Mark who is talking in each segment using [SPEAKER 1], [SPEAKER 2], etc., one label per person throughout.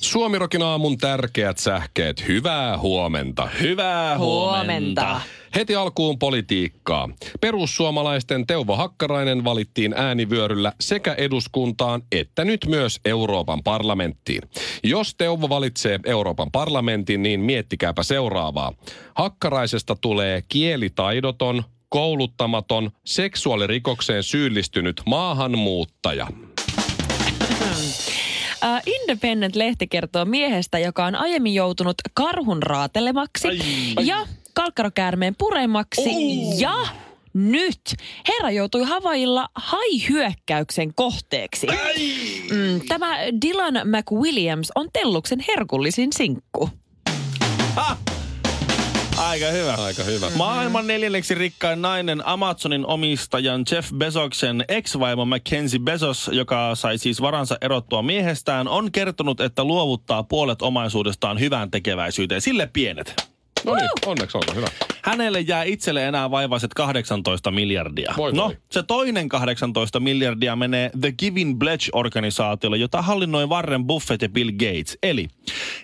[SPEAKER 1] Suomirokin aamun tärkeät sähkeet. Hyvää huomenta.
[SPEAKER 2] Hyvää huomenta.
[SPEAKER 1] Heti alkuun politiikkaa. Perussuomalaisten Teuvo Hakkarainen valittiin äänivyöryllä sekä eduskuntaan että nyt myös Euroopan parlamenttiin. Jos Teuvo valitsee Euroopan parlamentin, niin miettikääpä seuraavaa. Hakkaraisesta tulee kielitaidoton, kouluttamaton, seksuaalirikokseen syyllistynyt maahanmuuttaja.
[SPEAKER 2] Äh, Independent-lehti kertoo miehestä, joka on aiemmin joutunut karhun raatelemaksi ja kalkkarokäärmeen puremaksi ja nyt herra joutui Havailla haihyökkäyksen kohteeksi. Mm, tämä Dylan McWilliams on Telluksen herkullisin sinkku.
[SPEAKER 3] Aika hyvä.
[SPEAKER 1] Aika hyvä.
[SPEAKER 3] Maailman neljänneksi rikkain nainen Amazonin omistajan Jeff Bezoksen ex-vaimo Mackenzie Bezos, joka sai siis varansa erottua miehestään, on kertonut, että luovuttaa puolet omaisuudestaan hyvään tekeväisyyteen. Sille pienet.
[SPEAKER 1] No niin, onneksi olkoon. Hyvä.
[SPEAKER 3] Hänelle jää itselle enää vaivaiset 18 miljardia.
[SPEAKER 1] Voi voi.
[SPEAKER 3] no, se toinen 18 miljardia menee The Giving Pledge-organisaatiolle, jota hallinnoi Warren Buffett ja Bill Gates. Eli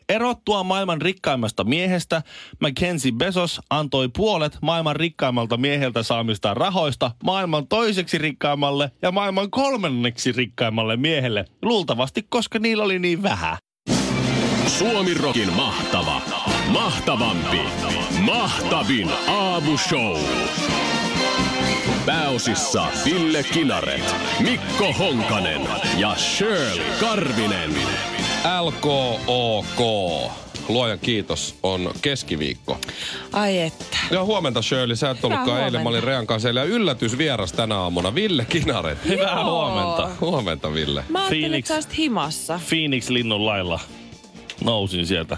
[SPEAKER 3] erottua maailman rikkaimmasta miehestä, Mackenzie Bezos antoi puolet maailman rikkaimmalta mieheltä saamistaan rahoista maailman toiseksi rikkaimmalle ja maailman kolmanneksi rikkaimmalle miehelle. Luultavasti, koska niillä oli niin vähän.
[SPEAKER 4] Suomirokin mahtava, mahtavampi, mahtavin aamushow. Pääosissa Ville Kinaret, Mikko Honkanen ja Shirley Karvinen.
[SPEAKER 1] LKOK. Luojan kiitos, on keskiviikko.
[SPEAKER 2] Ai että.
[SPEAKER 1] Ja huomenta Shirley, sä et ollutkaan eilen, mä
[SPEAKER 2] huomenta.
[SPEAKER 1] olin Rean kanssa eilen. ja yllätysvieras tänä aamuna, Ville Kinaret.
[SPEAKER 3] Hyvää
[SPEAKER 2] Joo.
[SPEAKER 3] huomenta.
[SPEAKER 1] Huomenta Ville.
[SPEAKER 2] Mä ajattelin,
[SPEAKER 3] Phoenix.
[SPEAKER 2] että sä olisit himassa.
[SPEAKER 3] Phoenix-linnun lailla nousin sieltä.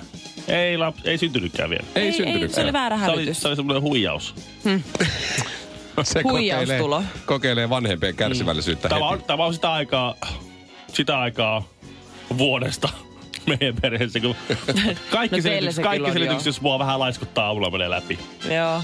[SPEAKER 3] Ei, lap, ei syntynytkään vielä.
[SPEAKER 1] Ei,
[SPEAKER 2] se
[SPEAKER 1] syntynytkään.
[SPEAKER 2] oli väärä
[SPEAKER 3] Se oli,
[SPEAKER 2] hälytys.
[SPEAKER 3] se oli semmoinen huijaus.
[SPEAKER 1] Se kokeilee,
[SPEAKER 2] huijaustulo.
[SPEAKER 1] kokeilee vanhempien kärsivällisyyttä
[SPEAKER 3] Mm. Tämä on,
[SPEAKER 1] heti.
[SPEAKER 3] tämä on sitä aikaa, sitä aikaa vuodesta meidän perheessä, kun
[SPEAKER 2] No
[SPEAKER 3] kaikki,
[SPEAKER 2] teillä se
[SPEAKER 3] no selitykset,
[SPEAKER 2] kyllä
[SPEAKER 3] kaikki
[SPEAKER 2] on,
[SPEAKER 3] selitykset,
[SPEAKER 2] joo.
[SPEAKER 3] jos mua vähän laiskuttaa aula menee läpi.
[SPEAKER 2] Joo.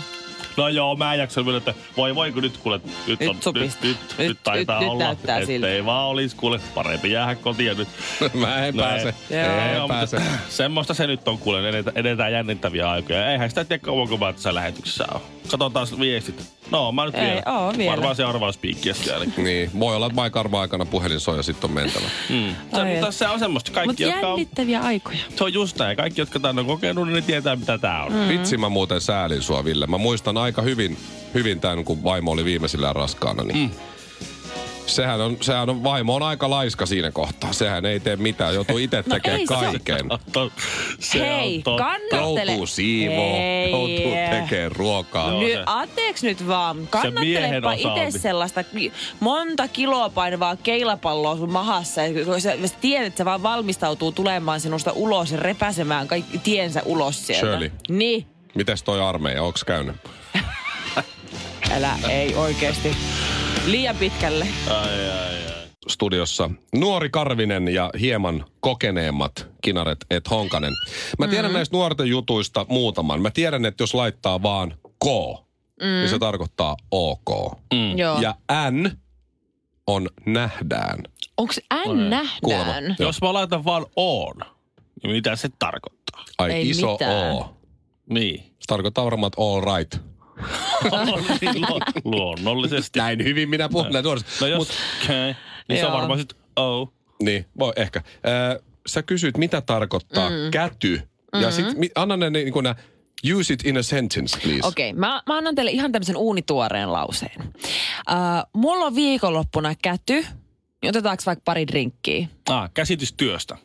[SPEAKER 3] No joo, mä en jaksa vielä, että voi voi kun nyt kuule, nyt,
[SPEAKER 2] Nyt
[SPEAKER 3] on, nyt,
[SPEAKER 2] supista.
[SPEAKER 3] nyt,
[SPEAKER 2] Nyt-
[SPEAKER 3] nyt, taitaa
[SPEAKER 2] nyt- nyt
[SPEAKER 3] olla,
[SPEAKER 2] näyttää siltä.
[SPEAKER 3] ei vaan olisi kuule, parempi jäädä kotiin nyt.
[SPEAKER 1] Mä en
[SPEAKER 3] No
[SPEAKER 1] pääse.
[SPEAKER 3] ei.
[SPEAKER 2] Joo.
[SPEAKER 1] Ei
[SPEAKER 3] Joo,
[SPEAKER 1] pääse.
[SPEAKER 3] mutta semmoista se nyt on kuulen, edetään, edetään jännittäviä aikoja. Eihän sitä tiedä kauan kun mä tässä lähetyksessä on. Katsotaan viestit. No, mä nyt
[SPEAKER 2] Ei
[SPEAKER 3] vielä.
[SPEAKER 2] oo vielä.
[SPEAKER 3] Varmaan se arvauspiikki äsken ainakin.
[SPEAKER 1] Niin, voi olla, että My Karma aikana puhelin soi ja sitten on mentävä.
[SPEAKER 3] Mm. Se,
[SPEAKER 2] Ai
[SPEAKER 3] mutta
[SPEAKER 2] et.
[SPEAKER 3] se on semmoista.
[SPEAKER 2] Mutta
[SPEAKER 3] Kaikki, jotka on,
[SPEAKER 2] jännittäviä aikoja.
[SPEAKER 3] se on just näin. Kaikki, jotka tämän on kokenut, niin ne tietää, mitä tää
[SPEAKER 2] Mm. Mm-hmm.
[SPEAKER 3] on.
[SPEAKER 1] Vitsi mä muuten säälin sua, Ville. Mä muistan aika hyvin, hyvin tämän, kun vaimo oli viimeisillään raskaana. Niin. Mm. Sehän on, sehän on, vaimo on aika laiska siinä kohtaa. Sehän ei tee mitään, joutuu itse
[SPEAKER 2] No
[SPEAKER 1] tekemään
[SPEAKER 2] ei se ole-
[SPEAKER 1] kaiken.
[SPEAKER 3] To, se
[SPEAKER 2] Hei,
[SPEAKER 3] on totta.
[SPEAKER 2] kannattele.
[SPEAKER 1] Joutuu siivoo,
[SPEAKER 2] Ei.
[SPEAKER 1] joutuu tekemään ruokaa.
[SPEAKER 3] Joo.
[SPEAKER 2] Nyt,
[SPEAKER 3] se.
[SPEAKER 2] anteeksi nyt vaan.
[SPEAKER 3] miehen
[SPEAKER 2] Kannattelepa
[SPEAKER 3] osaaminen.
[SPEAKER 2] itse sellaista ki- monta kiloa painavaa keilapalloa sun mahassa. Ja kun sä, sä tiedät, että se vaan valmistautuu tulemaan sinusta ulos ja repäsemään kaikki tiensä ulos sieltä.
[SPEAKER 1] Shirley.
[SPEAKER 2] Niin.
[SPEAKER 1] Mites toi armeija, onks käynyt?
[SPEAKER 2] Älä, ei oikeesti. Liian pitkälle.
[SPEAKER 3] Ai, ai, ai.
[SPEAKER 1] Studiossa nuori Karvinen ja hieman kokeneemmat kinaret et Honkanen. Mä tiedän mm-hmm. näistä nuorten jutuista muutaman. Mä tiedän, että jos laittaa vaan K, mm. niin
[SPEAKER 2] Mm-hmm.
[SPEAKER 1] se tarkoittaa OK.
[SPEAKER 2] Mm. Joo.
[SPEAKER 1] Ja N on nähdään.
[SPEAKER 2] Onks N
[SPEAKER 1] Kuulemma.
[SPEAKER 2] nähdään?
[SPEAKER 1] Joo.
[SPEAKER 3] Jos mä laitan vaan on, niin mitä se tarkoittaa?
[SPEAKER 1] Ai
[SPEAKER 2] Ei
[SPEAKER 1] iso
[SPEAKER 2] mitään.
[SPEAKER 1] O.
[SPEAKER 3] Niin.
[SPEAKER 1] Se tarkoittaa varmaan, että all right.
[SPEAKER 3] Niin, lu- Luonnollisesti.
[SPEAKER 1] Näin hyvin minä puhun näin nuorista.
[SPEAKER 3] No jos,
[SPEAKER 1] Mut,
[SPEAKER 3] okay, niin se on
[SPEAKER 2] Joo.
[SPEAKER 3] varmaan sit oh.
[SPEAKER 1] niin, voi ehkä. Ö, sä kysyt, mitä tarkoittaa mm. käty. Ja sit mi- anna ne niinku nää, use it in a sentence, please.
[SPEAKER 2] Mm-hmm. Okei, okay, mä, mä annan teille ihan tämmöisen uunituoreen lauseen. Uh, mulla on viikonloppuna käty. Otetaanko vaikka pari drinkkiä?
[SPEAKER 3] Ah, käsitystyöstä.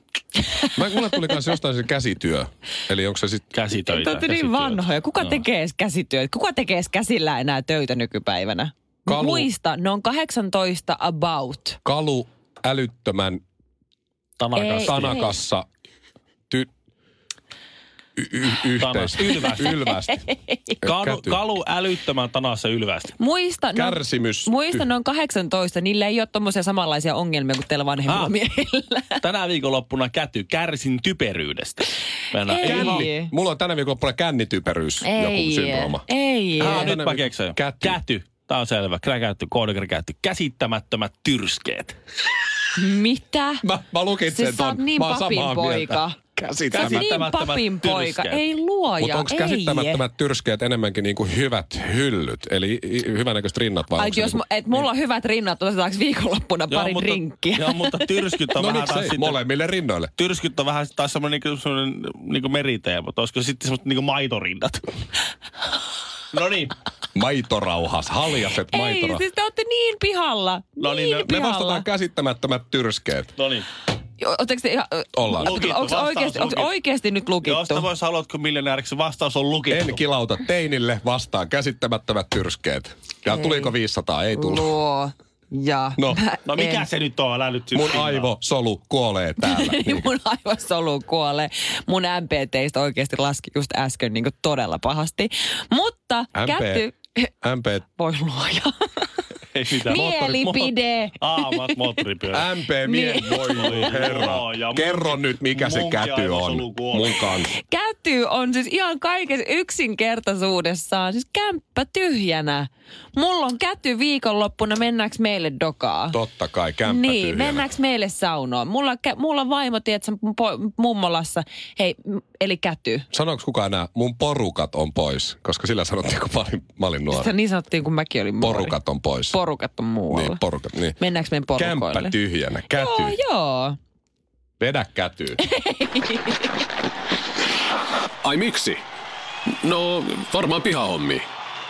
[SPEAKER 1] Mä, mulle tuli kanssa jostain se käsityö. Eli onko se sit...
[SPEAKER 3] Käsitöitä.
[SPEAKER 2] Te olette niin
[SPEAKER 3] käsityötä.
[SPEAKER 2] vanhoja. Kuka no. tekee edes käsityötä? Kuka tekee edes käsillä enää töitä nykypäivänä?
[SPEAKER 1] Kalu.
[SPEAKER 2] Kalu. Muista, ne on 18 about.
[SPEAKER 1] Kalu älyttömän
[SPEAKER 3] Tanakas.
[SPEAKER 2] Ei.
[SPEAKER 1] tanakassa ty... y- y- yhteistä.
[SPEAKER 3] Ylvästi.
[SPEAKER 1] Ylvästi.
[SPEAKER 3] Kalu,
[SPEAKER 1] Käty.
[SPEAKER 3] kalu älyttömän tanassa ylvästi.
[SPEAKER 2] Muista, no,
[SPEAKER 1] Kärsimys.
[SPEAKER 2] muista, ne on 18. Niillä ei ole tommosia samanlaisia ongelmia kuin teillä vanhemmilla
[SPEAKER 3] Ah.
[SPEAKER 2] ah. miehillä.
[SPEAKER 3] Tänä viikonloppuna käty kärsin typeryydestä. Mennään.
[SPEAKER 2] Ei.
[SPEAKER 3] Ei.
[SPEAKER 1] Känni. Mulla on tänä viikolla kännityperyys joku syndrooma.
[SPEAKER 2] Ei.
[SPEAKER 3] Ah,
[SPEAKER 1] Ei.
[SPEAKER 3] nyt mä keksin.
[SPEAKER 1] Käty.
[SPEAKER 3] käty. Tää on selvä. Kräkäytty, koodakäytty. Käsittämättömät tyrskeet.
[SPEAKER 2] Mitä?
[SPEAKER 1] Mä, mä lukin
[SPEAKER 2] Siis
[SPEAKER 1] sen
[SPEAKER 2] sä oot
[SPEAKER 1] ton.
[SPEAKER 2] niin
[SPEAKER 1] Mä oon
[SPEAKER 2] papin
[SPEAKER 1] samaa
[SPEAKER 2] poika.
[SPEAKER 1] mieltä. Käsittämättä.
[SPEAKER 2] Sä oot niin
[SPEAKER 3] Käsittämättömät
[SPEAKER 2] papin poika.
[SPEAKER 3] tyrskeet.
[SPEAKER 2] Ei luoja,
[SPEAKER 1] Mutta onko
[SPEAKER 2] ei.
[SPEAKER 1] käsittämättömät tyrskeet enemmänkin niinku hyvät hyllyt, eli i- hyvännäköiset rinnat vai
[SPEAKER 2] Ai,
[SPEAKER 1] onko se
[SPEAKER 2] jos
[SPEAKER 1] niinku-
[SPEAKER 2] mu- et mulla on hyvät rinnat, otetaanko viikonloppuna pari
[SPEAKER 3] mutta,
[SPEAKER 2] drinkkiä?
[SPEAKER 3] joo, mutta tyrskyt on
[SPEAKER 1] No
[SPEAKER 3] vähän taas
[SPEAKER 1] miksei,
[SPEAKER 3] sitten...
[SPEAKER 1] molemmille rinnoille.
[SPEAKER 3] Tyrskyt on vähän sit taas semmoinen niinku, semmoinen niinku meriteema, mutta olisiko sitten semmoiset niinku maitorindat? no niin,
[SPEAKER 1] Maitorauhas, haljaset
[SPEAKER 2] ei,
[SPEAKER 1] maitorauhas.
[SPEAKER 2] siis te olette niin pihalla.
[SPEAKER 3] No niin,
[SPEAKER 2] niin,
[SPEAKER 3] no- me
[SPEAKER 1] Me
[SPEAKER 2] pihalla.
[SPEAKER 1] vastataan käsittämättömät tyrskeet.
[SPEAKER 3] no niin.
[SPEAKER 2] Oletteko te ihan... ö,
[SPEAKER 1] Ollaan.
[SPEAKER 3] Lukittu,
[SPEAKER 2] Onko
[SPEAKER 3] vastaus
[SPEAKER 2] oikeasti, onks
[SPEAKER 3] lukittu.
[SPEAKER 2] oikeasti nyt
[SPEAKER 3] Jos
[SPEAKER 2] lukittu?
[SPEAKER 3] sä vois haluatko miljonääriksi, vastaus on lukittu.
[SPEAKER 1] En kilauta teinille, vastaan käsittämättömät tyrskeet. Ja
[SPEAKER 2] Ei.
[SPEAKER 1] tuliko 500? Ei tullut.
[SPEAKER 2] Luo ja...
[SPEAKER 1] No,
[SPEAKER 3] No mikä
[SPEAKER 2] En.
[SPEAKER 3] se nyt on? Älä nyt
[SPEAKER 1] mun
[SPEAKER 3] sykkää.
[SPEAKER 1] aivosolu kuolee täällä.
[SPEAKER 2] Niin mun aivosolu kuolee. Mun MPTistä oikeasti laski just äsken niin todella pahasti. Mutta
[SPEAKER 1] MP.
[SPEAKER 2] kätty...
[SPEAKER 1] MP,
[SPEAKER 2] Voi luoja.
[SPEAKER 3] Ei mitään.
[SPEAKER 2] Mielipide.
[SPEAKER 3] Aamat moottoripyörä.
[SPEAKER 1] MP mies, voi herra.
[SPEAKER 3] Niin. Joo, ja mun-
[SPEAKER 1] Kerro nyt, mikä se
[SPEAKER 3] munkin
[SPEAKER 1] käty on.
[SPEAKER 3] aivosolu kuolee.
[SPEAKER 1] Mun kanssa.
[SPEAKER 2] Käty on siis ihan kaikessa yksinkertaisuudessaan, siis kämppä tyhjänä. Mulla on käty viikonloppuna, mennäänkö meille dokaa?
[SPEAKER 1] Totta kai, kämppä
[SPEAKER 2] niin,
[SPEAKER 1] tyhjänä.
[SPEAKER 2] mennäänkö meille saunoon? Mulla, kä- mulla on vaimo, tiedätkö, po- mummolassa, hei, m- eli käty.
[SPEAKER 1] Sanoiko kukaan nämä, mun porukat on pois, koska sillä sanottiin, kun mä olin, mä olin nuori.
[SPEAKER 2] Sitä niin sanottiin, kun mäkin olin muori.
[SPEAKER 1] Porukat on pois.
[SPEAKER 2] Porukat on muualla.
[SPEAKER 1] Niin, porukat, niin.
[SPEAKER 2] Mennäänkö meidän porukoille?
[SPEAKER 1] Kämppä tyhjänä, käty.
[SPEAKER 2] Joo, joo.
[SPEAKER 1] Vedä kätyy.
[SPEAKER 4] Ai miksi? No, varmaan pihahommi.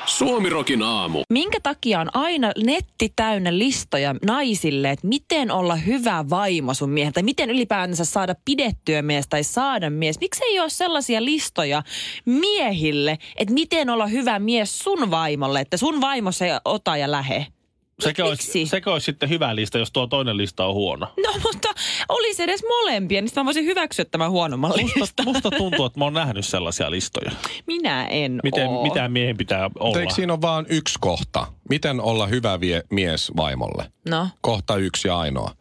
[SPEAKER 4] Suomirokin aamu.
[SPEAKER 2] Minkä takia on aina netti täynnä listoja naisille, että miten olla hyvä vaimo sun miehen, tai miten ylipäätänsä saada pidettyä mies tai saada mies. Miksi ei ole sellaisia listoja miehille, että miten olla hyvä mies sun vaimolle, että sun vaimo se ota ja lähe?
[SPEAKER 3] Sekä
[SPEAKER 2] Miksi?
[SPEAKER 3] olisi, sekä olisi sitten hyvä lista, jos tuo toinen lista on huono.
[SPEAKER 2] No mutta olisi edes molempia, niin sitten mä voisin hyväksyä tämän huonomman listan.
[SPEAKER 3] Musta, musta tuntuu, että mä oon nähnyt sellaisia listoja.
[SPEAKER 2] Minä en
[SPEAKER 3] Miten,
[SPEAKER 2] oo.
[SPEAKER 3] mitä miehen pitää olla?
[SPEAKER 1] Eikö siinä ole vaan yksi kohta? Miten olla hyvä vie mies vaimolle?
[SPEAKER 2] No.
[SPEAKER 1] Kohta yksi ja ainoa.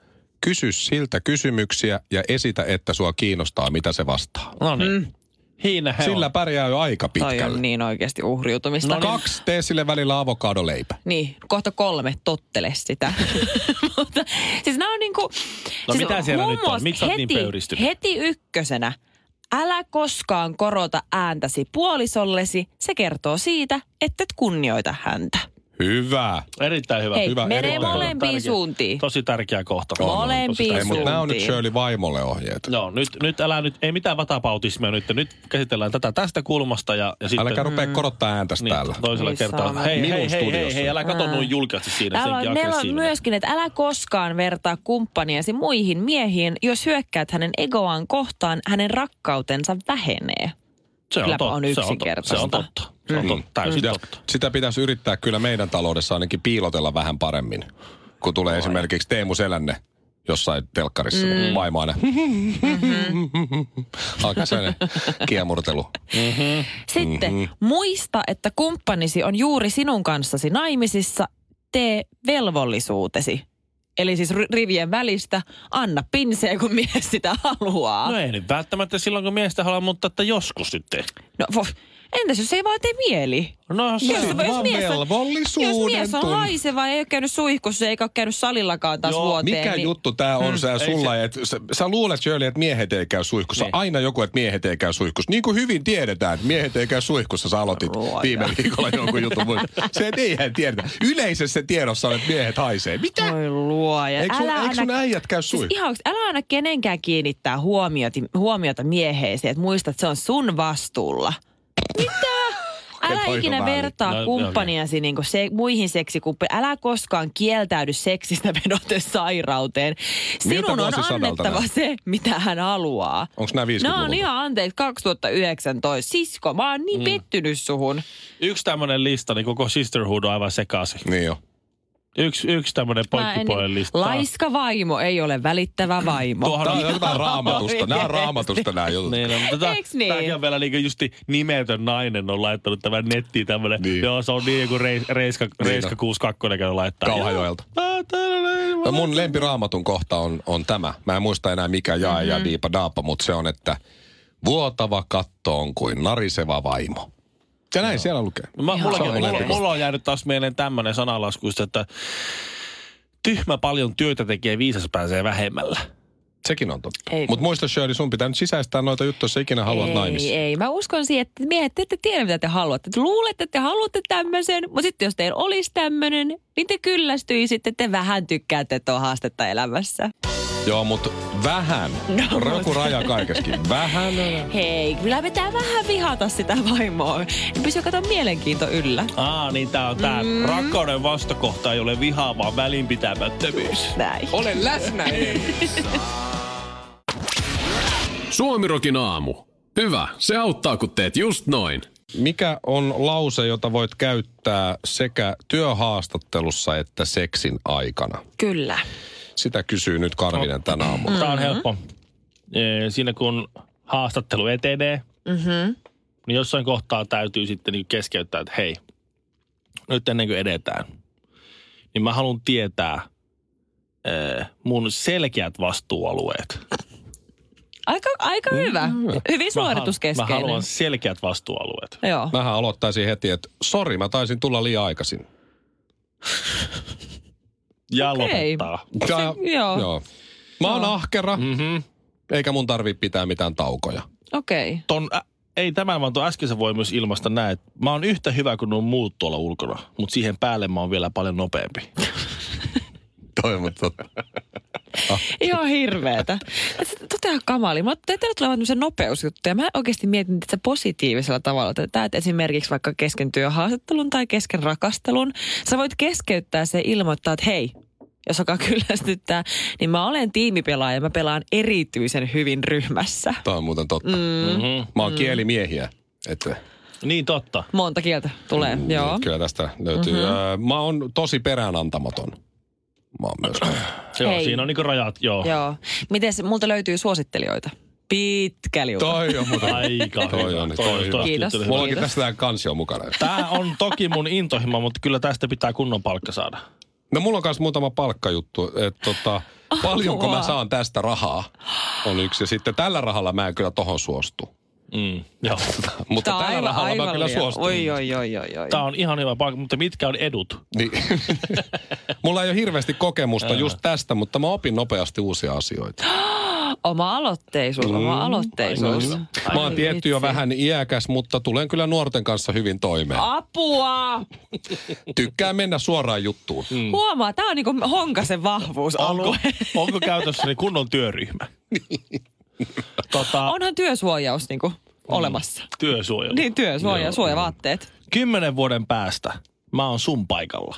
[SPEAKER 1] Kysy siltä kysymyksiä ja esitä, että sua kiinnostaa, mitä se vastaa.
[SPEAKER 3] No niin. Mm. Hiinä he
[SPEAKER 1] Sillä
[SPEAKER 3] on.
[SPEAKER 1] pärjää jo aika
[SPEAKER 2] Toi on
[SPEAKER 1] pitkälle.
[SPEAKER 2] niin oikeasti uhriutumista.
[SPEAKER 3] niin.
[SPEAKER 1] No kaksi, tee sille välillä avokadoleipä.
[SPEAKER 2] Niin, kohta kolme, tottele sitä. Mutta siis nämä on niinku...
[SPEAKER 3] No
[SPEAKER 2] siis
[SPEAKER 3] mitä siellä
[SPEAKER 2] muun
[SPEAKER 3] nyt on?
[SPEAKER 2] muassa
[SPEAKER 3] Miksi sä oot niin
[SPEAKER 2] heti,
[SPEAKER 3] pöyristynyt?
[SPEAKER 2] Heti ykkösenä, älä koskaan korota ääntäsi puolisollesi. Se kertoo siitä, että et kunnioita häntä.
[SPEAKER 1] Hyvä.
[SPEAKER 3] Erittäin hyvä.
[SPEAKER 2] Hei,
[SPEAKER 1] hyvä,
[SPEAKER 2] menee
[SPEAKER 1] erittäin hyvä.
[SPEAKER 2] molempiin
[SPEAKER 3] Tärkeä-
[SPEAKER 2] suuntiin.
[SPEAKER 3] Tosi tärkeä kohta.
[SPEAKER 2] On,
[SPEAKER 3] Tosi
[SPEAKER 2] Molempiin
[SPEAKER 3] tärkeä.
[SPEAKER 1] Ei, mutta nämä on nyt
[SPEAKER 2] Suuntiin.
[SPEAKER 1] Shirley vaimolle ohjeet.
[SPEAKER 3] Joo, nyt, nyt älä nyt, ei mitään vatapautismia nyt. Nyt käsitellään tätä tästä kulmasta ja, ja sitten... Mm.
[SPEAKER 1] Älä rupea korottaa ääntästä
[SPEAKER 3] niin,
[SPEAKER 1] täällä.
[SPEAKER 3] toisella
[SPEAKER 2] Ei
[SPEAKER 3] kertaa.
[SPEAKER 2] saa.
[SPEAKER 3] Hei,
[SPEAKER 1] Minun
[SPEAKER 3] hei, hei, hei,
[SPEAKER 1] studiossa.
[SPEAKER 3] hei, älä kato noin julkeasti siinä,
[SPEAKER 2] Älä,
[SPEAKER 3] senkin
[SPEAKER 2] meillä on
[SPEAKER 3] aggressiivinen.
[SPEAKER 2] myöskin, että älä koskaan vertaa kumppaniasi muihin miehiin. Jos hyökkäät hänen egoaan kohtaan, hänen rakkautensa vähenee.
[SPEAKER 3] Se
[SPEAKER 2] Kylläpä
[SPEAKER 3] totta,
[SPEAKER 2] on
[SPEAKER 3] se to-
[SPEAKER 2] yksinkertaista.
[SPEAKER 3] Se on totta. Se
[SPEAKER 1] Mm.
[SPEAKER 3] on totta. Täysin
[SPEAKER 1] Ja
[SPEAKER 3] totta.
[SPEAKER 1] sitä pitäisi yrittää kyllä meidän taloudessa ainakin piilotella vähän paremmin, kun tulee esimerkiksi Teemu Selänne jossain telkkarissa, mm. vaimo aina.
[SPEAKER 3] Mm-hmm.
[SPEAKER 1] Alkaa sellainen kiemurtelu.
[SPEAKER 2] Sitten
[SPEAKER 3] Mhm.
[SPEAKER 2] muista, että kumppanisi on juuri sinun kanssasi naimisissa. Tee velvollisuutesi. Eli siis ri- rivien välistä anna pinseä, kun mies sitä haluaa.
[SPEAKER 3] No ei nyt välttämättä silloin, kun miestä haluaa, mutta että joskus nyt ei.
[SPEAKER 2] No, voi. Entäs jos ei vaan tee mieli?
[SPEAKER 3] No se
[SPEAKER 2] Jos,
[SPEAKER 3] on.
[SPEAKER 2] jos,
[SPEAKER 1] vaan
[SPEAKER 2] mies on, jos
[SPEAKER 1] velvollisuuden
[SPEAKER 2] mies on
[SPEAKER 1] tunne.
[SPEAKER 2] haiseva, ei ole käynyt suihkussa eikä ole käynyt salillakaan taas
[SPEAKER 3] Joo,
[SPEAKER 2] vuoteen.
[SPEAKER 1] Mikä
[SPEAKER 2] niin...
[SPEAKER 1] juttu tämä on sä
[SPEAKER 3] ei
[SPEAKER 1] sulla? Et, sä, sä luulet Shirley, että miehet ei käy suihkussa.
[SPEAKER 3] Niin.
[SPEAKER 1] Aina joku, että miehet ei käy suihkussa. Niin kuin hyvin tiedetään, että miehet ei käy suihkussa. Sä aloitit
[SPEAKER 2] Ruoja.
[SPEAKER 1] viime viikolla jonkun jutun. mutta Se ei hän tiedetä. Yleisessä tiedossa on, että miehet haisee. Mitä?
[SPEAKER 2] Voi luoja.
[SPEAKER 1] Eikö sun-
[SPEAKER 2] Älä
[SPEAKER 1] eikö sun
[SPEAKER 2] anna-
[SPEAKER 1] äijät käy
[SPEAKER 2] siis
[SPEAKER 1] suihkussa?
[SPEAKER 2] ihan, oikeesti, älä aina kenenkään kiinnittää huomiota, huomiota mieheeseen. Et muista, että se on sun vastuulla. Mitä? Älä
[SPEAKER 1] Toi on
[SPEAKER 2] ikinä
[SPEAKER 1] vähän-
[SPEAKER 2] vertaa
[SPEAKER 3] no,
[SPEAKER 2] no,
[SPEAKER 3] joo,
[SPEAKER 2] kumppaniasi niin se, muihin seksikumppaneihin. Älä koskaan kieltäydy seksistä vedoten sairauteen.
[SPEAKER 1] Miltä
[SPEAKER 2] Sinun on
[SPEAKER 1] vuosisadalta
[SPEAKER 2] annettava
[SPEAKER 1] nää?
[SPEAKER 2] se, mitä hän haluaa.
[SPEAKER 1] Onks nää 50-luvulta?
[SPEAKER 2] Nää on ihan anteeksi 2019. Sisko, mä oon
[SPEAKER 3] Mm.
[SPEAKER 2] niin pettynyt suhun.
[SPEAKER 3] Yksi tämmöinen lista, niin koko sisterhood on aivan sekaisin.
[SPEAKER 1] Niin jo.
[SPEAKER 3] Yksi, yksi tämmöinen
[SPEAKER 2] Mä en- niin-
[SPEAKER 3] poikkipuolen lista.
[SPEAKER 2] Laiska vaimo ei ole välittävä vaimo.
[SPEAKER 3] Tuohan
[SPEAKER 1] Tää on
[SPEAKER 3] on-
[SPEAKER 1] jotain raamatusta. Nämä on raamatusta nämä jutut.
[SPEAKER 3] Niin, no, mutta tää,
[SPEAKER 2] Eiks niin?
[SPEAKER 3] Tämäkin on vielä niinku justi nimetön nainen on laittanut tämän nettiin tämmönen.
[SPEAKER 1] Niin.
[SPEAKER 3] Niin. Joo, se on niin kuin reis, reiska, reiska 62 käy laittaa.
[SPEAKER 1] Kauhajoelta.
[SPEAKER 3] Joo. Ah, tällainen.
[SPEAKER 1] No mun lempiraamatun kohta on, on tämä. Mä en muista enää mikä jaa ja
[SPEAKER 2] Mm-hmm.
[SPEAKER 1] diipa daapa, mutta se on, että vuotava katto on kuin nariseva vaimo. Ja näin siellä lukee.
[SPEAKER 3] Mä, mulla,
[SPEAKER 1] Se on
[SPEAKER 3] mulla,
[SPEAKER 1] lämmin.
[SPEAKER 3] mulla on jäänyt taas mieleen tämmöinen sanalaskuista, että tyhmä paljon työtä tekee, viisas pääsee vähemmällä.
[SPEAKER 1] Sekin on totta.
[SPEAKER 2] Ei.
[SPEAKER 1] Mutta muista Shirley, sun pitää nyt sisäistää noita juttuja, jos sä ikinä haluat
[SPEAKER 2] ei,
[SPEAKER 1] naimisiin.
[SPEAKER 2] ei, mä uskon siihen, että miehet, te ette tiedä mitä te haluatte. Te luulette, että te haluatte tämmöisen, mutta sitten jos teillä olisi tämmöinen, niin te kyllästyisitte, te vähän tykkäätte, että on haastetta elämässä.
[SPEAKER 1] Joo, mutta vähän. No, Joku raja kaikeskin. Vähän.
[SPEAKER 2] Hei, kyllä pitää vähän vihata sitä vaimoa. Niin pysyy kato mielenkiinto yllä.
[SPEAKER 3] Aa, niin tää on tää. Mm. Rakkauden vastakohta ei ole vihaa, vaan välinpitämättömyys.
[SPEAKER 2] Näin.
[SPEAKER 1] Ole läsnä.
[SPEAKER 4] Suomirokin aamu. Hyvä, se auttaa kun teet just noin.
[SPEAKER 1] Mikä on lause, jota voit käyttää sekä työhaastattelussa että seksin aikana?
[SPEAKER 2] Kyllä.
[SPEAKER 1] Sitä kysyy nyt
[SPEAKER 2] No.
[SPEAKER 1] Karvinen tänä aamuna.
[SPEAKER 3] Tää
[SPEAKER 2] Mm-hmm.
[SPEAKER 3] on helppo. Ee, Siinä kun haastattelu etenee, mm-hmm. niin jossain kohtaa täytyy sitten niin keskeyttää, että hei, nyt ennen kuin edetään, niin mä haluan tietää ee, mun selkeät vastuualueet.
[SPEAKER 2] Aika, aika hyvä. Hyvin
[SPEAKER 3] Mm, Mä hal-
[SPEAKER 2] suorituskeskeinen.
[SPEAKER 3] Mä haluan selkeät vastuualueet.
[SPEAKER 2] Joo.
[SPEAKER 1] Mähän aloittaisin heti, että sori, mä taisin tulla liian aikaisin.
[SPEAKER 3] Ja
[SPEAKER 2] Okei.
[SPEAKER 3] lopettaa.
[SPEAKER 1] Ja,
[SPEAKER 2] joo.
[SPEAKER 1] Mä oon ahkera, mm-hmm. eikä mun tarvi pitää mitään taukoja.
[SPEAKER 2] Okei. Okay.
[SPEAKER 3] Ton, ä, ei tämän, vaan tuon äskeisen voi myös ilmaista näin, että mä oon yhtä hyvä kuin nuo muut tuolla ulkona, mutta siihen päälle mä oon vielä paljon nopeampi.
[SPEAKER 1] Toi, mutta
[SPEAKER 2] Ihan hirveetä. Totta ihan kamali. Mä teillä tulee vaan tämmöisiä nopeusjuttuja. Mä oikeasti mietin tätä positiivisella tavalla. Tätä, että esimerkiksi vaikka kesken työhaastattelun tai kesken rakastelun, sä voit keskeyttää se ja ilmoittaa, että hei, jos alkaa kyllästyttää, niin mä olen tiimipelaaja. Mä pelaan erityisen hyvin ryhmässä.
[SPEAKER 1] toi on muuten totta. Mm-hmm. Mä oon mm. kielimiehiä. Että,
[SPEAKER 3] Niin totta.
[SPEAKER 2] Monta kieltä tulee, mm, joo.
[SPEAKER 1] niin Kyllä tästä löytyy. Mm-hmm. Öö, mä oon tosi peräänantamaton. Mä oon myös.
[SPEAKER 3] Joo,
[SPEAKER 2] Hei.
[SPEAKER 3] siinä on niinku rajat, joo.
[SPEAKER 2] Joo. Miten multa löytyy suosittelijoita? Pitkä liuta.
[SPEAKER 1] toi on muuten.
[SPEAKER 3] Aika
[SPEAKER 1] Toi
[SPEAKER 3] hyvä.
[SPEAKER 1] on-
[SPEAKER 3] Toi
[SPEAKER 1] toi
[SPEAKER 3] on
[SPEAKER 1] hyvä.
[SPEAKER 3] tosi
[SPEAKER 2] Kiitos.
[SPEAKER 3] juttu.
[SPEAKER 1] Mulla onkin
[SPEAKER 2] Kiitos.
[SPEAKER 1] tässä tää kansio mukana.
[SPEAKER 3] Tää on toki mun intohimo, mutta kyllä tästä pitää kunnon palkka saada.
[SPEAKER 1] No mulla on kanssa muutama palkkajuttu, että tota, paljonko mä saan tästä rahaa on yksi. Ja sitten tällä rahalla mä en kyllä tohon suostu.
[SPEAKER 3] Mm, joo.
[SPEAKER 1] Mutta
[SPEAKER 2] Tää on
[SPEAKER 1] tällä
[SPEAKER 2] aivan,
[SPEAKER 1] rahalla
[SPEAKER 2] aivan
[SPEAKER 1] mä kyllä
[SPEAKER 2] liian.
[SPEAKER 1] suostun.
[SPEAKER 2] Oi, oi, oi, oi, oi.
[SPEAKER 3] Tää on ihan hyvä palkka, mutta mitkä on edut?
[SPEAKER 1] Niin. Mulla ei ole hirveästi kokemusta just tästä, mutta mä opin nopeasti uusia asioita.
[SPEAKER 2] Oma aloitteisuus,
[SPEAKER 1] Mm,
[SPEAKER 2] oma aloitteisuus.
[SPEAKER 1] Mä oon
[SPEAKER 2] Ai
[SPEAKER 1] tietty jo
[SPEAKER 2] vitsi.
[SPEAKER 1] vähän iäkäs, mutta tulen kyllä nuorten kanssa hyvin toimeen.
[SPEAKER 2] Apua!
[SPEAKER 1] Tykkää mennä suoraan juttuun.
[SPEAKER 2] Mm. Huomaa, tää on niinku Honkasen vahvuus.
[SPEAKER 3] Onko,
[SPEAKER 2] Onko?
[SPEAKER 3] onko käytössäni kunnon työryhmä?
[SPEAKER 2] Niin.
[SPEAKER 3] Tota,
[SPEAKER 2] Onhan työsuojaus niinku olemassa.
[SPEAKER 3] työsuojelu.
[SPEAKER 2] Niin, työsuoja, suojavaatteet.
[SPEAKER 3] Kymmenen vuoden päästä mä oon sun paikalla.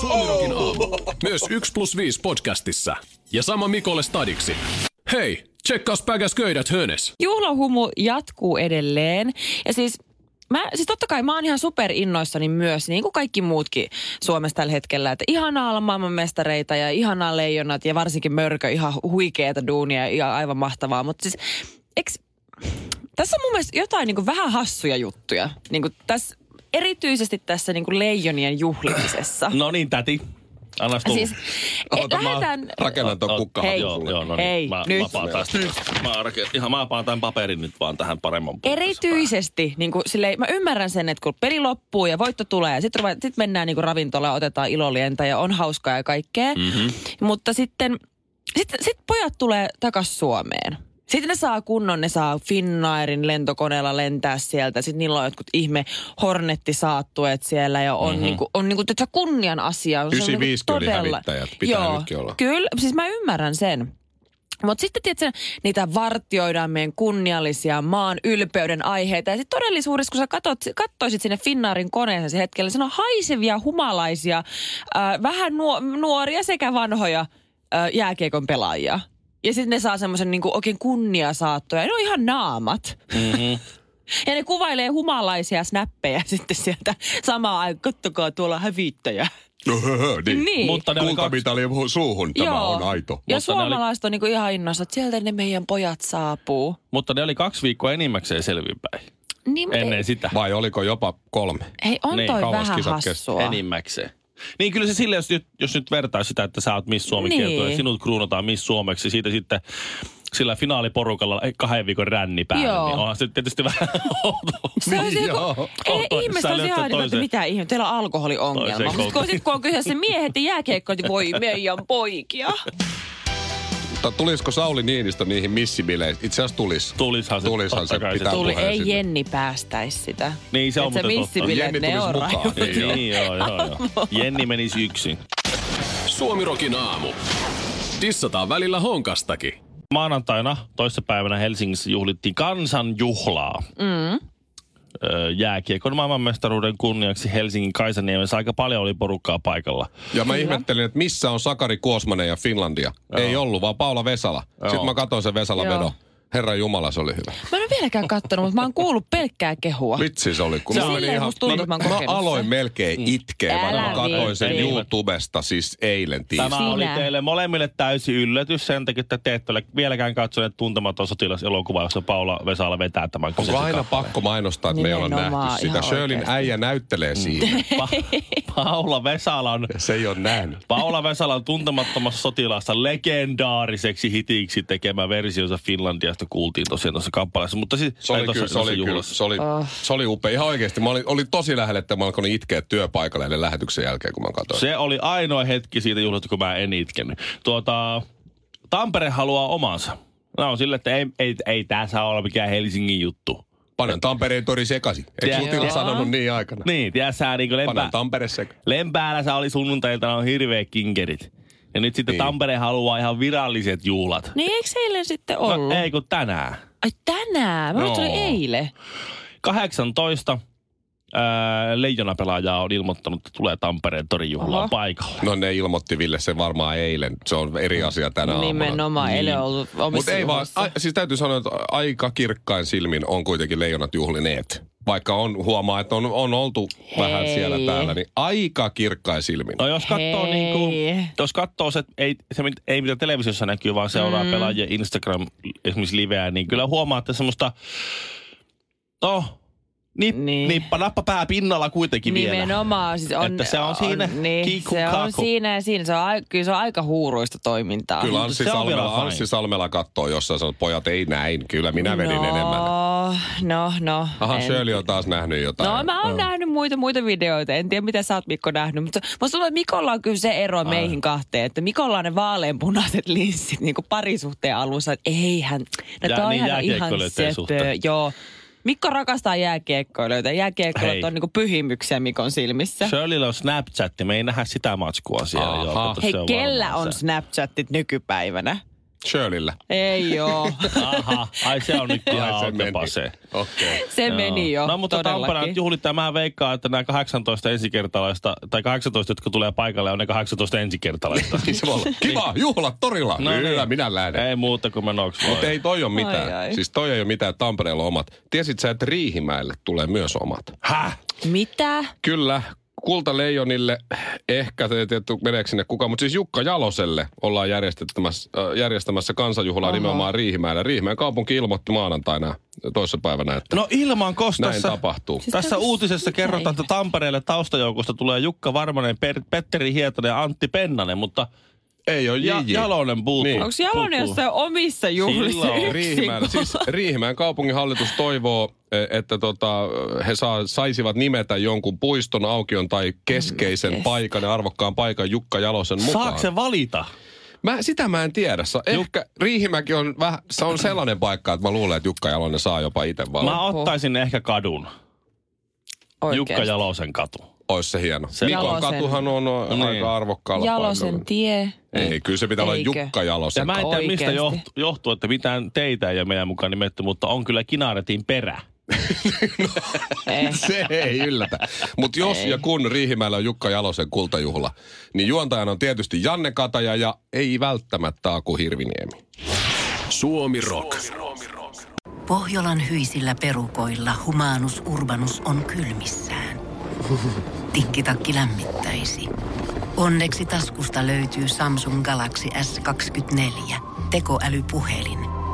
[SPEAKER 4] Suomirokin aamu. Myös 1 plus 5 podcastissa. Ja sama Mikolle stadiksi. Hei, tsekkaus päkäs köydät hönes.
[SPEAKER 2] Juhlahumu jatkuu edelleen. Ja siis Mä, siis totta kai mä oon ihan superinnoissani myös, niin kuin kaikki muutkin Suomessa tällä hetkellä. Että ihanaa olla maailmanmestareita ja ihanaa leijonat ja varsinkin mörkö, ihan huikeeta duunia ja aivan mahtavaa. Mutta siis, eks, tässä on mun mielestä jotain niin kuin vähän hassuja juttuja. Niin kuin tässä, erityisesti tässä niin kuin leijonien juhlimisessa.
[SPEAKER 3] No niin, täti. Annas tulla.
[SPEAKER 2] siis, et,
[SPEAKER 1] Oota, mä
[SPEAKER 2] lähdetään...
[SPEAKER 1] Rakennan ton
[SPEAKER 3] Oot-
[SPEAKER 1] kukkahan
[SPEAKER 2] hei.
[SPEAKER 3] Joo,
[SPEAKER 1] sulle.
[SPEAKER 3] joo, no niin.
[SPEAKER 2] Hei,
[SPEAKER 3] mä,
[SPEAKER 2] nyt.
[SPEAKER 3] Mä paan tästä. Mä, arke- ihan, mä paan tämän paperin nyt vaan tähän paremman puolesta.
[SPEAKER 2] Erityisesti, niin kuin, silleen, mä ymmärrän sen, että kun peli loppuu ja voitto tulee, ja sitten sit mennään niin kuin ravintolaan, otetaan ilolientä ja on hauskaa ja kaikkea. Mm-hmm. Mutta sitten sit, sit pojat tulee takas Suomeen. Sitten ne saa kunnon, ne saa Finnairin lentokoneella lentää sieltä. Sitten niillä on jotkut ihme hornettisaattueet siellä ja on mm-hmm. niinku, on niinku, tätä kunnian asia. Se on niinku
[SPEAKER 1] 95 oli hävittäjät, pitää
[SPEAKER 2] Joo,
[SPEAKER 1] nytkin olla.
[SPEAKER 2] Kyllä, siis mä ymmärrän sen. Mutta sitten tietysti niitä vartioidaan meidän kunniallisia maan ylpeyden aiheita. Ja sitten todellisuudessa, kun sä katot, kattoisit sinne Finnaarin koneeseen se hetkellä, siinä on haisevia humalaisia, äh, vähän nuo, nuoria sekä vanhoja äh, jääkiekon pelaajia. Ja sitten ne saa semmoisen niinku oikein kunniasaattoja. Ne on ihan naamat.
[SPEAKER 1] Mm-hmm.
[SPEAKER 2] Ja ne kuvailee humalaisia snappeja sitten sieltä samaan aikaan. Kattokaa tuolla hävittäjä.
[SPEAKER 1] niin.
[SPEAKER 2] Niin.
[SPEAKER 3] Mutta ne oli kaksi-
[SPEAKER 1] Kultamitali suuhun, tämä on aito.
[SPEAKER 2] Ja
[SPEAKER 3] Mutta ne oli-
[SPEAKER 2] suomalaiset on niinku ihan innossa, että sieltä ne meidän pojat saapuu.
[SPEAKER 3] Mutta ne oli kaksi viikkoa enimmäkseen selvinpäin.
[SPEAKER 2] Niin,
[SPEAKER 3] Ennen sitä.
[SPEAKER 1] Vai oliko jopa kolme?
[SPEAKER 2] Hei, on
[SPEAKER 3] Niin,
[SPEAKER 2] niin, toi
[SPEAKER 1] kauas
[SPEAKER 2] vähän
[SPEAKER 1] kisat kesti.
[SPEAKER 2] hassua.
[SPEAKER 3] Enimmäkseen. Niin kyllä se sille, jos nyt, jos nyt vertaa sitä, että sä oot Miss Suomi
[SPEAKER 2] Niin.
[SPEAKER 3] niin. ja sinut kruunataan Miss Suomeksi, siitä sitten sillä finaaliporukalla eh, kahden viikon ränni päällä,
[SPEAKER 2] Joo.
[SPEAKER 3] niin onhan se nyt tietysti vähän outoa.
[SPEAKER 2] Se on se, kun, ei,
[SPEAKER 3] Sä
[SPEAKER 2] ihmiset on
[SPEAKER 3] löydät
[SPEAKER 2] ihan niin, että
[SPEAKER 3] toisen.
[SPEAKER 2] mitä ihme, teillä on alkoholiongelma.
[SPEAKER 3] Toiseen
[SPEAKER 2] Mutta kun,
[SPEAKER 3] koukkuun.
[SPEAKER 2] sit, kun on kyseessä miehet ja jääkeikko, niin voi meidän poikia.
[SPEAKER 1] Mutta tulisiko Sauli Niinistö niihin missibileihin? Itse asiassa tulis.
[SPEAKER 3] Tulishan se.
[SPEAKER 1] Tulishan se,
[SPEAKER 3] totta kai
[SPEAKER 1] pitää
[SPEAKER 2] Tuli,
[SPEAKER 1] puheen
[SPEAKER 2] ei
[SPEAKER 1] sinne.
[SPEAKER 2] Jenni päästäisi sitä.
[SPEAKER 3] Niin, se on
[SPEAKER 2] Et sä
[SPEAKER 3] muuten totta.
[SPEAKER 2] missibileet,
[SPEAKER 1] Jenni
[SPEAKER 2] ne
[SPEAKER 1] tulisi
[SPEAKER 2] on
[SPEAKER 1] mukaan.
[SPEAKER 2] rajut.
[SPEAKER 1] Niin joo.
[SPEAKER 3] Niin, joo, joo, joo. Jenni menisi yksin.
[SPEAKER 4] Suomirokin aamu. Tissataan välillä honkastakin.
[SPEAKER 3] Maanantaina toissapäivänä Helsingissä juhlittiin kansanjuhlaa. Mm. Jääkiekon maailmanmestaruuden kunniaksi Helsingin Kaisaniemessä aika paljon oli porukkaa paikalla.
[SPEAKER 1] Ja mä ihmettelin, että missä on Sakari Kuosmanen ja Finlandia. Joo. Ei ollut, vaan Paula Vesala. Joo. Sitten mä katsoin sen Vesalan
[SPEAKER 2] Joo.
[SPEAKER 1] vedon. Herra Jumala, se oli hyvä.
[SPEAKER 2] Mä en ole vieläkään kattonut, mutta mä oon kuullut pelkkää kehua.
[SPEAKER 1] Vitsi se oli. Kun
[SPEAKER 2] Se
[SPEAKER 1] mulla
[SPEAKER 2] on
[SPEAKER 1] meni
[SPEAKER 2] silleen musta tuntuu, että mä oon
[SPEAKER 1] mä
[SPEAKER 2] kokenut
[SPEAKER 1] aloin
[SPEAKER 2] sen.
[SPEAKER 1] melkein itkeä,
[SPEAKER 2] Älä
[SPEAKER 1] vaikka mä katsoin sen
[SPEAKER 2] viitti.
[SPEAKER 1] YouTubesta siis eilen
[SPEAKER 3] Tämä
[SPEAKER 1] tiistaina.
[SPEAKER 2] Sinä.
[SPEAKER 3] oli teille molemmille täysi yllätys sen takia, että te ette ole vieläkään katsoneet tuntematon sotilaselokuvaa, jossa Paula Vesala vetää tämän
[SPEAKER 1] Onko
[SPEAKER 3] kyseisen
[SPEAKER 1] aina pakko mainostaa, että me ei olla
[SPEAKER 2] Nimenomaan,
[SPEAKER 1] nähty Mm. sitä?
[SPEAKER 2] ihan
[SPEAKER 1] Shirleyn
[SPEAKER 2] oikeasti.
[SPEAKER 1] äijä näyttelee siinä.
[SPEAKER 3] kappaleen. Paula Vesalan
[SPEAKER 1] Se ei ole nähnyt.
[SPEAKER 3] Paula Vesalan tuntemattomassa sotilaassa legendaariseksi hitiksi tekemä versionsa Finlandiasta kuultiin tosiaan tuossa kappaleessa. Mutta siis,
[SPEAKER 1] Se oli,
[SPEAKER 3] ei,
[SPEAKER 1] kyllä,
[SPEAKER 3] tuossa-
[SPEAKER 1] se, oli,
[SPEAKER 3] tuossa
[SPEAKER 1] kyllä,
[SPEAKER 3] juhlassa.
[SPEAKER 1] se, oli,
[SPEAKER 2] Ah.
[SPEAKER 1] se oli upea. Ihan oikeasti. Mä olin, olin tosi lähellä, että mä alkoin itkeä työpaikalle ennen lähetyksen jälkeen, kun mä katsoin.
[SPEAKER 3] Se oli ainoa hetki siitä juhlasta, kun mä en itkenyt. Tuota, Tampere haluaa omansa. Nämä on sille, että ei, ei, ei tämä saa olla mikään Helsingin juttu.
[SPEAKER 1] Panen Tampereen tori sekaisin. Eikö
[SPEAKER 3] Joo.
[SPEAKER 1] Sutila sanonut niin aikana?
[SPEAKER 3] Niin, tiedä sä niin
[SPEAKER 1] Panen
[SPEAKER 3] lepää.
[SPEAKER 1] Tampere sekaisin.
[SPEAKER 3] Lempäälä sä oli sunnuntailta on hirveä kinkerit. Ja nyt sitten
[SPEAKER 1] Niin.
[SPEAKER 3] niin. Tampere haluaa ihan viralliset juhlat.
[SPEAKER 2] Niin eikö se eilen sitten
[SPEAKER 3] No,
[SPEAKER 2] ollut?
[SPEAKER 3] ei kun tänään.
[SPEAKER 2] Ai tänään? Mä no. tuli
[SPEAKER 1] Joo.
[SPEAKER 2] eilen.
[SPEAKER 3] 18 ää, leijonapelaajaa on ilmoittanut, että tulee Tampereen torijuhlaan
[SPEAKER 2] Oho.
[SPEAKER 3] paikalle.
[SPEAKER 1] No ne ilmoitti Ville sen varmaan eilen. Se on eri asia tänä aamuna.
[SPEAKER 2] Nimenomaan,
[SPEAKER 3] niin.
[SPEAKER 2] eilen on ollut omissa
[SPEAKER 1] Mutta ei vaan,
[SPEAKER 2] juhlissa.
[SPEAKER 1] a, siis täytyy sanoa, että aika kirkkain silmin on kuitenkin leijonat juhlineet. Vaikka on, huomaa, että on, on oltu Hei. vähän
[SPEAKER 2] Hei.
[SPEAKER 1] siellä täällä, niin aika kirkkain silmin.
[SPEAKER 3] No jos katsoo,
[SPEAKER 2] Hei.
[SPEAKER 3] niin kuin, jos katsoo se, että ei, se, mit- ei mitä televisiossa näkyy, vaan seuraa mm. pelaajien Instagram esimerkiksi liveä, niin kyllä huomaa, että semmoista, no, nip,
[SPEAKER 2] Niin.
[SPEAKER 3] niin. nippa, nappa pää pinnalla kuitenkin vielä.
[SPEAKER 2] Nimenomaan. Siis on,
[SPEAKER 3] Että se on siinä
[SPEAKER 2] niin,
[SPEAKER 3] kiikku
[SPEAKER 2] se on
[SPEAKER 3] kaaku.
[SPEAKER 2] siinä ja siinä. Se on, ai- kyllä se on aika huuruista toimintaa.
[SPEAKER 1] Kyllä Anssi
[SPEAKER 3] se on
[SPEAKER 1] Salmela,
[SPEAKER 3] vielä fine.
[SPEAKER 1] Anssi Salmela kattoo jossain, sanoo, että pojat ei näin, kyllä minä vedin
[SPEAKER 2] no,
[SPEAKER 1] enemmän.
[SPEAKER 2] No, no.
[SPEAKER 1] Aha,
[SPEAKER 2] en-
[SPEAKER 1] Shirley on taas nähnyt jotain.
[SPEAKER 2] No mä oon nähnyt muita, muita videoita. En tiedä, mitä sä oot Mikko nähnyt, mutta musta tuntuu, että Mikolla on kyllä se ero meihin kahteen, että Mikolla on ne vaaleanpunaiset linssit niin kuin parisuhteen alussa, että eihän, no
[SPEAKER 3] Ja-
[SPEAKER 2] ja, toihan
[SPEAKER 3] niin
[SPEAKER 2] on ihan
[SPEAKER 3] jääkiekkoilijoiden
[SPEAKER 2] söpö,
[SPEAKER 3] suhteen.
[SPEAKER 2] joo. Mikko rakastaa jääkiekkoilijoita. Jääkiekkoilijat
[SPEAKER 3] Hei.
[SPEAKER 2] on niin kuin pyhimyksiä Mikon silmissä.
[SPEAKER 3] Shirleyllä on Snapchat, niin me ei nähdä sitä matskua siellä.
[SPEAKER 1] Aha.
[SPEAKER 3] Joo, kato,
[SPEAKER 2] Hei,
[SPEAKER 3] se on
[SPEAKER 2] kellä
[SPEAKER 3] varmaan
[SPEAKER 2] on
[SPEAKER 3] se.
[SPEAKER 2] Snapchatit nykypäivänä?
[SPEAKER 1] Shirleyllä.
[SPEAKER 2] Ei joo.
[SPEAKER 3] Aha, ai se on nyt ihan
[SPEAKER 1] Ai, se meni.
[SPEAKER 3] autopa se.
[SPEAKER 1] Okei. Okay.
[SPEAKER 2] Se
[SPEAKER 3] Joo.
[SPEAKER 2] meni jo.
[SPEAKER 3] No mutta Tampere
[SPEAKER 2] todellakin.
[SPEAKER 3] nyt juhlittaa. Mä veikkaan, että nämä 18 ensikertalaista, tai 18, jotka tulee paikalle, on ne 18 ensikertalaista.
[SPEAKER 1] Niin se voi olla. Kiva, juhlat torilla. No,
[SPEAKER 2] niin.
[SPEAKER 1] Kyllä, minä lähden.
[SPEAKER 3] Ei muuta kuin menoksi
[SPEAKER 1] Mutta
[SPEAKER 3] vaan.
[SPEAKER 1] ei toi ole mitään. Ai,
[SPEAKER 2] Ai,
[SPEAKER 1] ai.
[SPEAKER 2] ai.
[SPEAKER 1] Siis toi ei ole mitään, että Tampereella on omat. Tiesit sä, että Riihimäelle tulee myös omat?
[SPEAKER 3] Häh?
[SPEAKER 2] Mitä?
[SPEAKER 1] Kyllä, kultaleijonille ehkä, te tiedätte, meneekö sinne kukaan, mutta siis Jukka Jaloselle ollaan järjestettämässä, äh, järjestämässä kansanjuhlaa Aha. nimenomaan Riihimäellä. Riihimäen kaupunki ilmoitti maanantaina toissapäivänä, että
[SPEAKER 3] No ilman
[SPEAKER 1] näin
[SPEAKER 3] kostassa.
[SPEAKER 1] tapahtuu.
[SPEAKER 2] Siis
[SPEAKER 3] Tässä
[SPEAKER 2] tämä-
[SPEAKER 3] uutisessa
[SPEAKER 2] mitä
[SPEAKER 3] kerrotaan, että Tampereelle taustajoukosta tulee Jukka Varmanen, per, Petteri Hietanen ja Antti Pennanen, mutta
[SPEAKER 1] Ei ole
[SPEAKER 3] ja,
[SPEAKER 1] jiji.
[SPEAKER 3] Jalonen puuttuu.
[SPEAKER 1] No Niin.
[SPEAKER 3] Niin.
[SPEAKER 2] Onko Jalonen jossain omissa juhlissa
[SPEAKER 3] Silloin
[SPEAKER 2] yksin?
[SPEAKER 1] Riihimäen, siis Riihimäen kaupungin hallitus toivoo, eh, että tota, he saa, saisivat nimetä jonkun puiston, aukion tai keskeisen
[SPEAKER 2] Yes.
[SPEAKER 1] paikan ja arvokkaan paikan Jukka Jalosen mukaan.
[SPEAKER 3] Saako se valita?
[SPEAKER 1] Mä, sitä mä en tiedä. Sa, ehkä Riihimäki on, vähän, se on sellainen paikka, että mä luulen, että Jukka Jalonen saa jopa itse valita.
[SPEAKER 3] Mä
[SPEAKER 1] Mä...
[SPEAKER 2] Oho.
[SPEAKER 3] ottaisin ehkä kadun.
[SPEAKER 2] Oikeesti.
[SPEAKER 3] Jukka Jalosen katu.
[SPEAKER 1] Ois se hieno. Se
[SPEAKER 3] Se-
[SPEAKER 1] Mikon
[SPEAKER 2] Jalosen.
[SPEAKER 1] katuhan on o,
[SPEAKER 3] Niin.
[SPEAKER 1] aika arvokkaalla
[SPEAKER 2] Jalosen
[SPEAKER 1] paikalla.
[SPEAKER 2] tie.
[SPEAKER 1] Ei, kyllä se pitää
[SPEAKER 2] Eikö?
[SPEAKER 1] olla Jukka Jalosen.
[SPEAKER 3] Ja mä en tiedä, mistä
[SPEAKER 2] Oikeesti.
[SPEAKER 3] johtuu, johtuu, että mitään teitä ei ole meidän mukaan nimetty, mutta on kyllä Kinaretin perä.
[SPEAKER 2] Eh.
[SPEAKER 1] Se ei yllätä. Mutta jos ei. ja kun Riihimäellä on Jukka Jalosen kultajuhla, niin juontajana on tietysti Janne Kataja ja ei välttämättä Aku Hirviniemi.
[SPEAKER 4] Suomi Rock.
[SPEAKER 5] Pohjolan hyisillä perukoilla humanus urbanus on kylmissään. Tikkitakki lämmittäisi. Onneksi taskusta löytyy Samsung Galaxy S24. Tekoälypuhelin.